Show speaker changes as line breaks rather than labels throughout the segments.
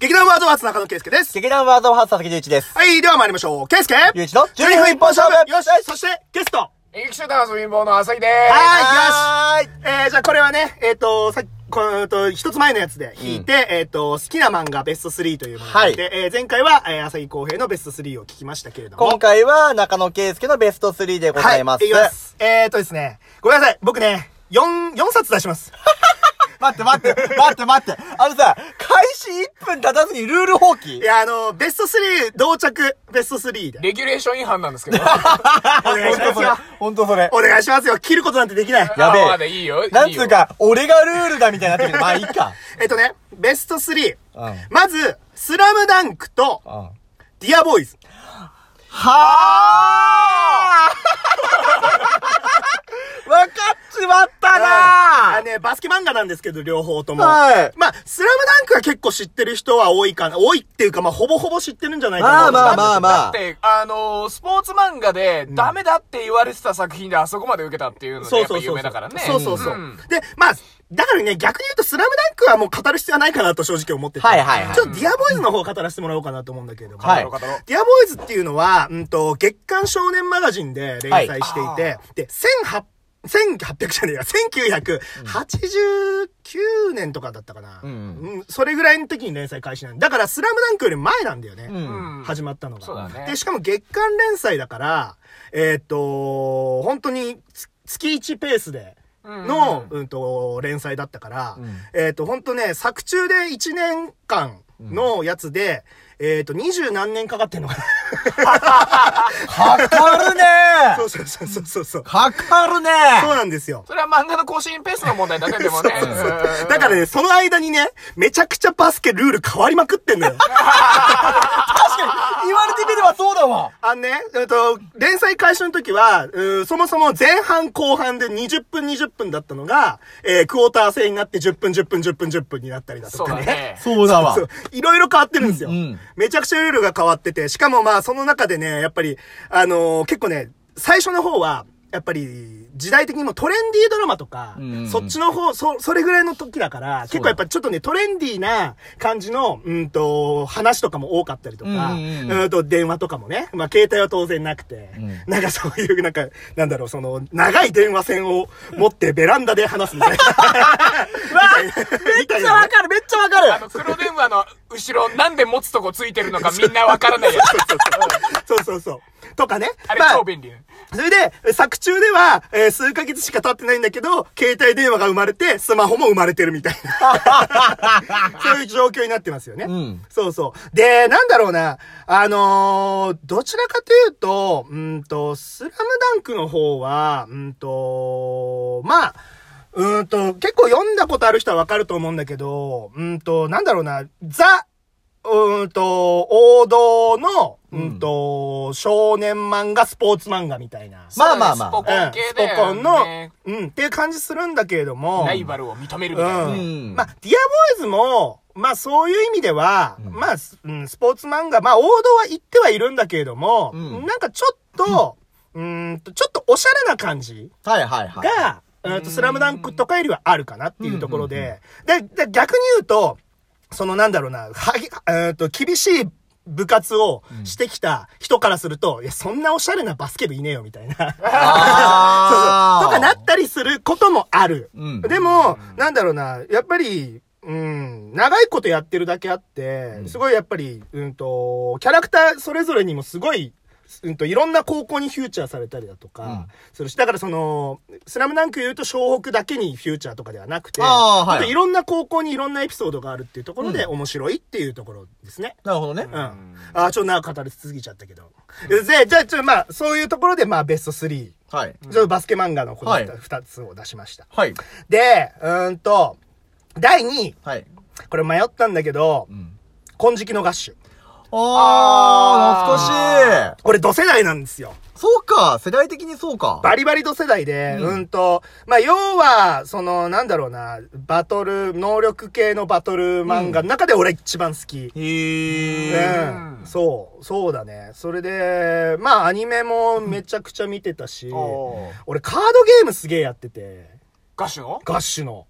劇団ワードワーツ中野圭介です。
劇団ワードハウス佐々木隆一です。
はい、では参りましょう。圭介
ゆういちの
12分一本勝負よし
よし
そして、ゲストは
演劇集団遊びん坊の浅井で
ーい、よし
は
えー、じゃあこれはね、えっ、と、さっき、この、えーと、一つ前のやつで引いて、えっ、と、好きな漫画ベスト3というものがあって、
は
えー前回は、えー、浅井公平のベスト3を聞きましたけれども。
今回は中野圭介のベスト3でございます。
はい、いきます。えっ、とですね、ごめんなさい、僕ね、4、4冊出します。
待って待って、待って待って。あのさ、開始1分経たずにルール放棄
いや、あの、ベスト3、同着、ベスト3で。
レギュレーション違反な んですけど。
お願いしますよ。
本当それ。
お願いしますよ。切ることなんてできない。
やべえ
あまだいいよ。
なんつう
いいよ。
か、俺がルールだみたいになってるけど、まあいいか。
えっとね、ベスト3。
うん
まず、スラムダンクと
う、ん。は
ディアボーイズ。
あわかっちまった
あ
な
のね、バスケ漫画なんですけど、両方とも。
はい
まあ、スラムダンクは結構知ってる人は多いかな。多いっていうか、まあ、ほぼほぼ知ってるんじゃないかな。
まあまあまあま
だ
あ
っ。て、あのー、スポーツ漫画で、ダメだって言われてた作品であそこまで受けたっていうので、
そ
や
う
っぱ
そうそう。
有名だからね。
そうそうそう。
ん
で、まあ、だからね、逆に言うと、スラムダンクはもう語る必要はないかなと正直思ってて。
はいはいはい
ちょっとディアボーイズの方を語らせてもらおうかなと思うんだけれども。
はい
語ろう語ろう
ディアボーイズっていうのは、うんと、月刊少年マガジンで連載していて、
はい
で、1800 1800じゃねえや、1989年とかだったかな。
ん
うんそれぐらいの時に連載開始なんだから、スラムダンクより前なんだよね。
ん
うん
始まったのが。
そうだね
で、しかも月間連載だから、えーっと、本当につ月1ペースで、の、うんと、連載だったから、
ん
えーっと、本当ね、作中で1年間のやつで、えーっと、二十何年かかってんのかな。
かかるね
そうそうそうそうそうそう。
かかるね
そうなんですよ。
それは漫画の更新ペースの問題だけでもね。うん
だからね、その間にね、めちゃくちゃバスケルール変わりまくってんのよ。
確かに言われてみればそうだわ
あのね、えっと、連載開始の時は、うんそもそも前半後半で20分20分だったのが、えークォーター制になって10分10分10分10分になったりだと
そう
か
だ
ね。
ね。
そうだわ
そう、いろいろ変わってるんですよ、
うんうん
めちゃくちゃルールが変わってて、しかもまあその中でね、やっぱり、あのー結構ね、最初の方は、やっぱり、時代的にもトレンディードラマとか、
うんうん
そっちの方、そ、それぐらいの時だから、結構やっぱちょっとね、トレンディーな感じの、うんと、話とかも多かったりとか、
う
うん
うん
ん
うん
と、電話とかもね、まあ携帯は当然なくて、
ん
なんかそういう、なんか、なんだろう、その、長い電話線を持ってベランダで話す みたいな。めっ
めっちゃわかるめっちゃわか
あ
る
の、黒電話の後ろ、なんで持つとこついてるのかみんなわからないや つ。
そうそうそう。とかね。
あれ
ま
超便利。
それで、作中では、えー数ヶ月しか経ってないんだけど、携帯電話が生まれて、スマホも生まれてるみたいな。そういう状況になってますよね。
ん
そうそう。で、なんだろうな。あのーどちらかというと、うんと、スラムダンクの方は、うんと、まあ、うんと、結構読んだことある人はわかると思うんだけど、うんと、なんだろうな、ザ、うーんと、王道の、うんと、少年漫画、スポーツ漫画みたいな。
まあまあまあ
スポコン
うん
系
ス
で、
ポコンの、うん、っていう感じするんだけれども。
ライバルを認めるみたいな
う
ね。
うん
ん。まあ、ディアボーイズも、まあそういう意味では、まあ、すうん、スポーツ漫画、まあ王道は言ってはいるんだけれども、
うん
なんかちょっと、うーんと、ちょっとおしゃれな感じ
はいはいはい。
が、うんと、スラムダンクとかよりはあるかなっていうところで、で、で逆に言うと、そのなんだろうな、はぎ、えっと、厳しい部活をしてきた人からすると、いや、そんなおしゃれなバスケ部いねえよ、みたいな。そう
あ
そう。とかな
て
ったりすることもある。
うん
でも、なんだろうな、やっぱり、うん、長いことやってるだけあって、すごいやっぱり、うんと、キャラクターそれぞれにもすごい、うんと、いろんな高校にフューチャーされたりだとか、するし、だからその、スラムダンク言うと湘北だけにフューチャーとかではなくて、
あーはい
もっといろんな高校にいろんなエピソードがあるっていうところで面白いっていうところですね。
なるほどね。
うん。あー、ちょっと長く語りすぎちゃったけど。で、じゃあ、ちょ、まあ、そういうところで、まあ、ベスト3。
はい。
ちょっとバスケ漫画のこの
はい
2つを出しました。
はい。
で、うーんと、第2位。
はい。
これ迷ったんだけど、
ん
金色の合手。
あー、懐かしい。
これ、同世代なんですよ。
そうか、世代的にそうか。
バリバリ同世代で、うん、と、まあ、要は、その、なんだろうな、バトル、能力系のバトル漫画の中で俺一番好き。
へ
ね
ー。
うん
そう、そうだね。それで、まあ、アニメもめちゃくちゃ見てたし、
おー
俺カードゲームすげえやってて、
ガッシュの
ガッシュの。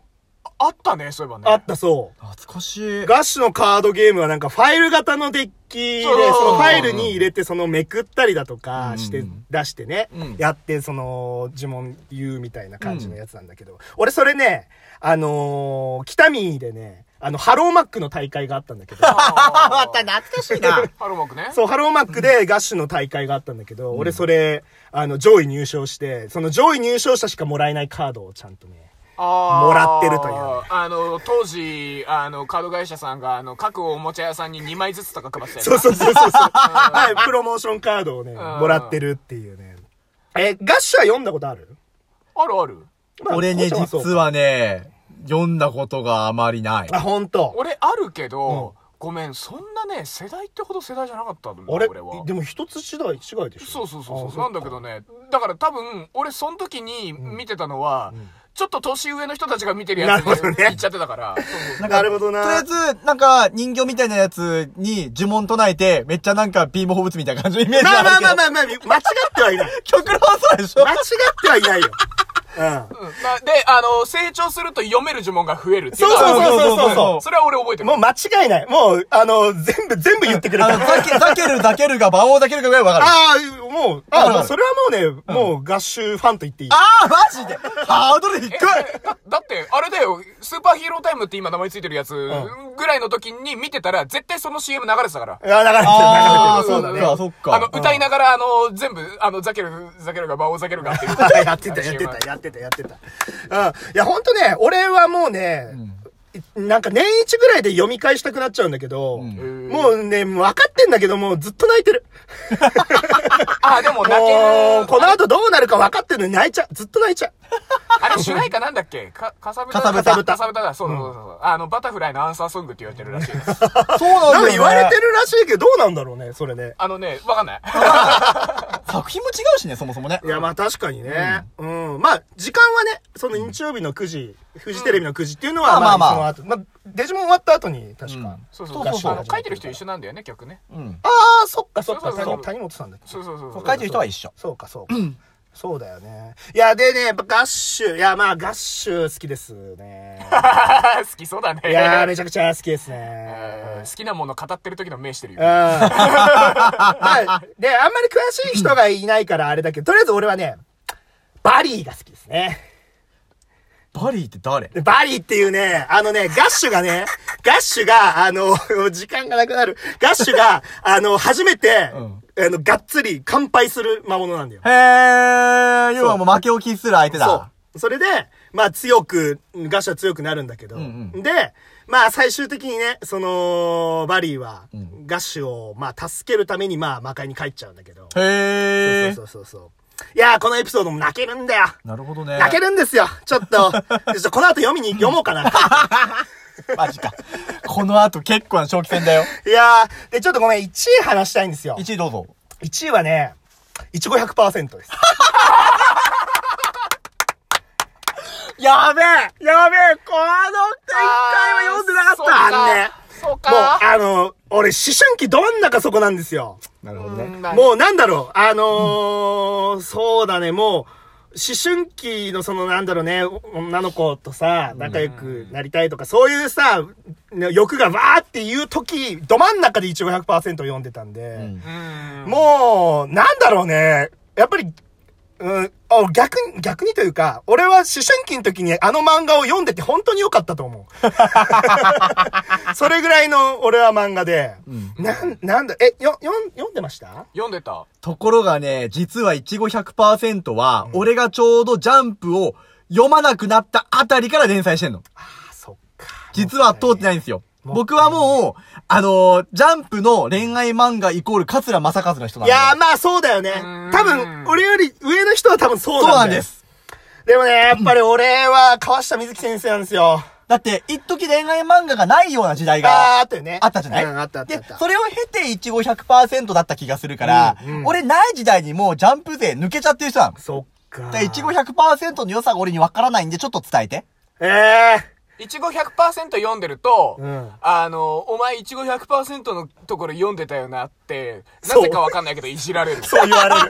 あったね、そういえばね。
あったそう。
懐かしい。
ガッシュのカードゲームはなんかファイル型のデッキで、そ
そう
のファイルに入れてそのめくったりだとかして
うん
出してね
うん、
やってその呪文言うみたいな感じのやつなんだけど、俺それね、あのー、北見でね、あの、ハローマックの大会があったんだけど、
あ
あ、また懐かしいな。
ハローマークね。
そう、ハローマックでガッシュの大会があったんだけど、俺それ、あの、上位入賞して、その上位入賞者しかもらえないカードをちゃんとね、
あー
もらってるというね
あの、当時、あの、カード会社さんが、あの、各おもちゃ屋さんに2枚ずつとか配ってた よ
そう
な
そうそうそうそう。はい、プロモーションカードをね、
ん
もらってるっていうね。え、ガッシュは読んだことある
あるある。
まあ
俺ね、
こうちゃんそう
実はね、読んだことがあまりない。
あ、ほんと。
俺あるけど、ごめん、そんなね、世代ってほど世代じゃなかったんだ、
俺
俺は。
でも一つ違い、違いでしょ
そうそう
あ
そうそう。
っ
な
か
んだけどね。だから多分、俺その時に見てたのは、ちょっと年上の人たちが見てるやつ
なるほどね
で言っちゃってたから。そうそう
なるほどな。
とりあえず、なんか、人形みたいなやつに呪文唱えて、めっちゃなんか、ビーム放物みたいな感じのイメージ
まあまあまあ
あ。
まあまあ、間違ってはいない。
極論そうでしょ
間違ってはいないよ。うん。
うんなで、あの、成長すると読める呪文が増えるってい
そうう
のは
そうそうそう
そ
そうう
それは俺覚えてる。
もう間違いない。もう、あの、全部、全部言ってくれ
あ
た
の、。ザケ、ザケル、ザケルが、馬王ザケルかぐらいわかる。
ああ、もう、あ
うん
まあそれはもうね、もう、ガッシュファンと言っていい。
あー、マジでハードル低い
えだだって、あれだよ、スーパーヒーロータイムって今名前ついてるやつぐらいの時に見てたら、絶対その CM 流れてたから。
あ、だから、
あー
そうだね。
そっかそっか
あの、歌いながら、あの、全部、あの、ザケル、ザケルが、魔王ザケルがっていう。
やってた、やってた、やってた、やってた。うん。いや、ほんとね、俺はもうね、なんか年一ぐらいで読み返したくなっちゃうんだけど、もうね、分かってんだけど、もうずっと泣いてる。
あ、でも泣け
もう、
る。
この後どうなるか分かってるのに泣いちゃう。ずっと泣いちゃう。
あれ主題歌なんだっけか、かさぶた
かさぶた
かさぶただ。そうそうそうそう。あの、バタフライのアンサーソングって言われてるらしいです。
そうなんだ
な
よ
んか
ね
言われてるらしいけど、どうなんだろうね、それね。
あのね、わか んない。
作品も違うしね、そもそもね
い。や、まあ確かにね。うん。まあ、時間はね、その日曜日の9時、フジテレビの9時っていうのは、
まあまあまあ
その後、まあ、デジモン終わった後に、確か。
そうそう
そうそうそう
あの書いてる人一緒なんだよね、曲ね。
うん。
ああ、そっかそっか、
そうそう
谷
そう
谷本さんだっけ
そうそうそうそう。
書いてる人は一緒。
そうか、そうか。そうだよね。いや、でね、やっぱガッシュ。いや、まあ、ガッシュ好きですね。
好きそうだね。
いやー、めちゃくちゃ好きです ね。
うん好きなもの語ってる時の目してる
うん。
よ。
まあ、で、あんまり詳しい人がいないからあれだけど、とりあえず俺はね、バリーが好きですね。
バリーって誰
でバリーっていうね、あのね、ガッシュがね、ガッシュが、あの、時間がなくなる。ガッシュが、あの、初めて、あの、がっつり乾杯する魔物なんだよ。
へー、要はもう負けを喫する相手だ。
そう。それで、まあ強く、ガシは強くなるんだけど、
ん
で、まあ最終的にね、その、バリーは、ガッシュを、まあ助けるために、まあ魔界に帰っちゃうんだけど。
へー。
そうそうそうそう。いやー、このエピソードも泣けるんだよ。
なるほどね。
泣けるんですよ。ちょっと、ちょっとこの後読みに、読もう かな。
マジか。この後結構な長期 戦だよ。
いやー、で、ちょっとごめん、1位話したいんですよ。
1位どうぞ。
1位はね、いちご100%です。
やべえ
やべえ、この一
そう
もう、
か。
あの、俺、思春期どん中そこなんですよ。
なるほど
そう
ね。
か。
もうなんだろう、あのーそうだね、もう、思春期のそのなんだろうね、女の子とさ、仲良くなりたいとか、そういうさ、ね欲がわーっていう時、ど真ん中で一応100%読んでたんで、
ん
うん。
もう、なんだろうね。やっぱり、うん、あ逆に、逆にというか、俺は思春期の時にあの漫画を読んでて本当に良かったと思 う。それぐらいの俺は漫画で、なん、なんだ、え、よ、よん、読んでました
読んでた。
ところがね、実はいちご100%は、俺がちょうどジャンプを読まなくなったあたりから連載してんの。
あ、そっか。
実は通ってないんですよ。僕はもう、あのージャンプの恋愛漫画イコール桂正和の人なん
い
で。
やー、まあそうだよね
ん。
多分、俺より上の人は多分そう
そう
な
なんん
だよ
です。
でもね、やっぱり俺は川下美月先生なんですよ。
だって、一時恋愛漫画がないような時代
あー
が
あったよね。
あったじゃない、
うん、あったあったあっ
で
た、。
それを経ていちご100%だった気がするから、
うんうん
俺ない時代にもうジャンプ勢抜けちゃってる人なの。
そっか
で、いちご100%の良さが俺にわからないんで、ちょっと伝えて。
ええ
いちご100%読んでると、
うん
あの、お前いちご100%のところ読んでたよなって、なぜかわかんないけどいじられる。
そう言われ る。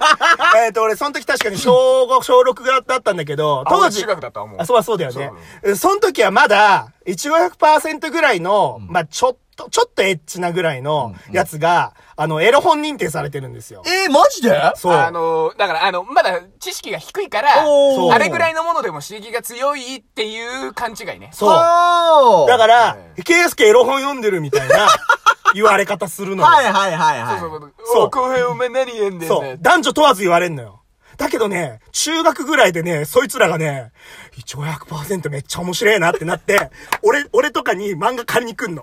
えっと、俺、その時確かに小5、小6だったんだけど、
あ
当
俺
時
中、学だったわもう。
あ、そうはそうだよ
そう
ね
なの。
うんその時はまだ、一応100%ぐらいの、まあちょっと、ちょっとエッチなぐらいのやつが、あの、エロ本認定されてるんですよ。
えー、マジで
そう。
あの、だから、あの、まだ知識が低いから、
お
ー
あれぐらいのものでも刺激が強いっていう勘違いね。
そう。
はー
だから
え、
ケイスケエロ本読んでるみたいな 言われ方するのよ。
はいはいはいはい。
そうそう
そう
おい、浩平お前何言えんだよ
そ
ね
う。。男女問わず言われんのよ。だけどね、中学ぐらいでね、そいつらがね、一応100%めっちゃ面白いなってなって、俺、俺とかに漫画借りに来んの。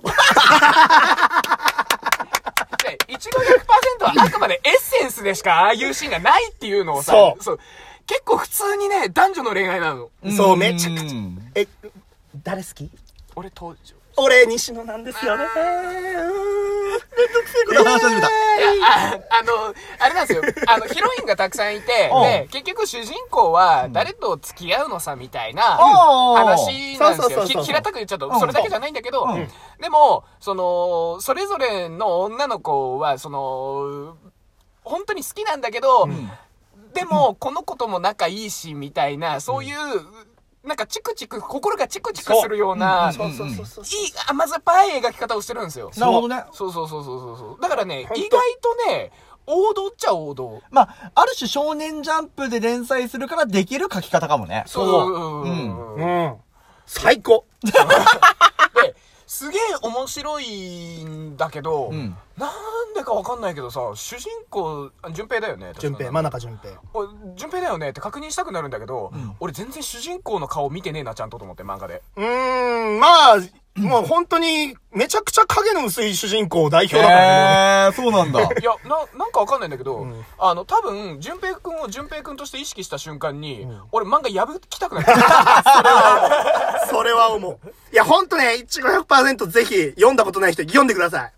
でいちご100%はあくまでエッセンスでしかああいうシーンがないっていうのをさ、
そう
結構普通にね、男女の恋愛なの。
そう、めちゃくちゃ
うん。
え、誰好き
俺当時。
俺、西野なんですよね。
これ話し始めた。
いや、ああの、あれなんですよ。あの、ヒロインがたくさんい て、
うん
で、結局主人公は誰と付き合うのさみたいな
うん
話なんです
そうそうそ
よ。
う
ひ
そう
平たく言っちゃう
うん
と、それだけじゃないんだけど
うん、
でも、その、それぞれの女の子は、その、本当に好きなんだけど、でも、この子とも仲いいし、みたいな、そういう、なんかチクチク、心がチクチクするような、
そう
い
うん
い
そうそ
そ
う
う
甘酸っぱい描き方をしてるんですよ。
なるほどね。
そうそうそうそうそうそう。だからね、意
ほんと
外とね、王道っちゃ王道。
まあ、ある種少年ジャンプで連載するからできる書き方かもね。
そう。。
う
うんん。最高。
で、すげえ面白いんだけど、
うん
なんでかわかんないけどさ、主人公、あ順平だよね。
順平、真中順平。
おい順平だよねって確認したくなるんだけど、俺全然主人公の顔見てねえな、ちゃんとと思って漫画で。
うーん、まあ、もう本当に、めちゃくちゃ影の薄い主人公代表だからね。
へー、そうなんだ。
いや、な、なんかわかんないんだけど、あの、多分、順平くんを順平くんとして意識した瞬間に、俺漫画破きたくなった。
それは思う。いや、本当ね、1500%ぜひ、読んだことない人、読んでください。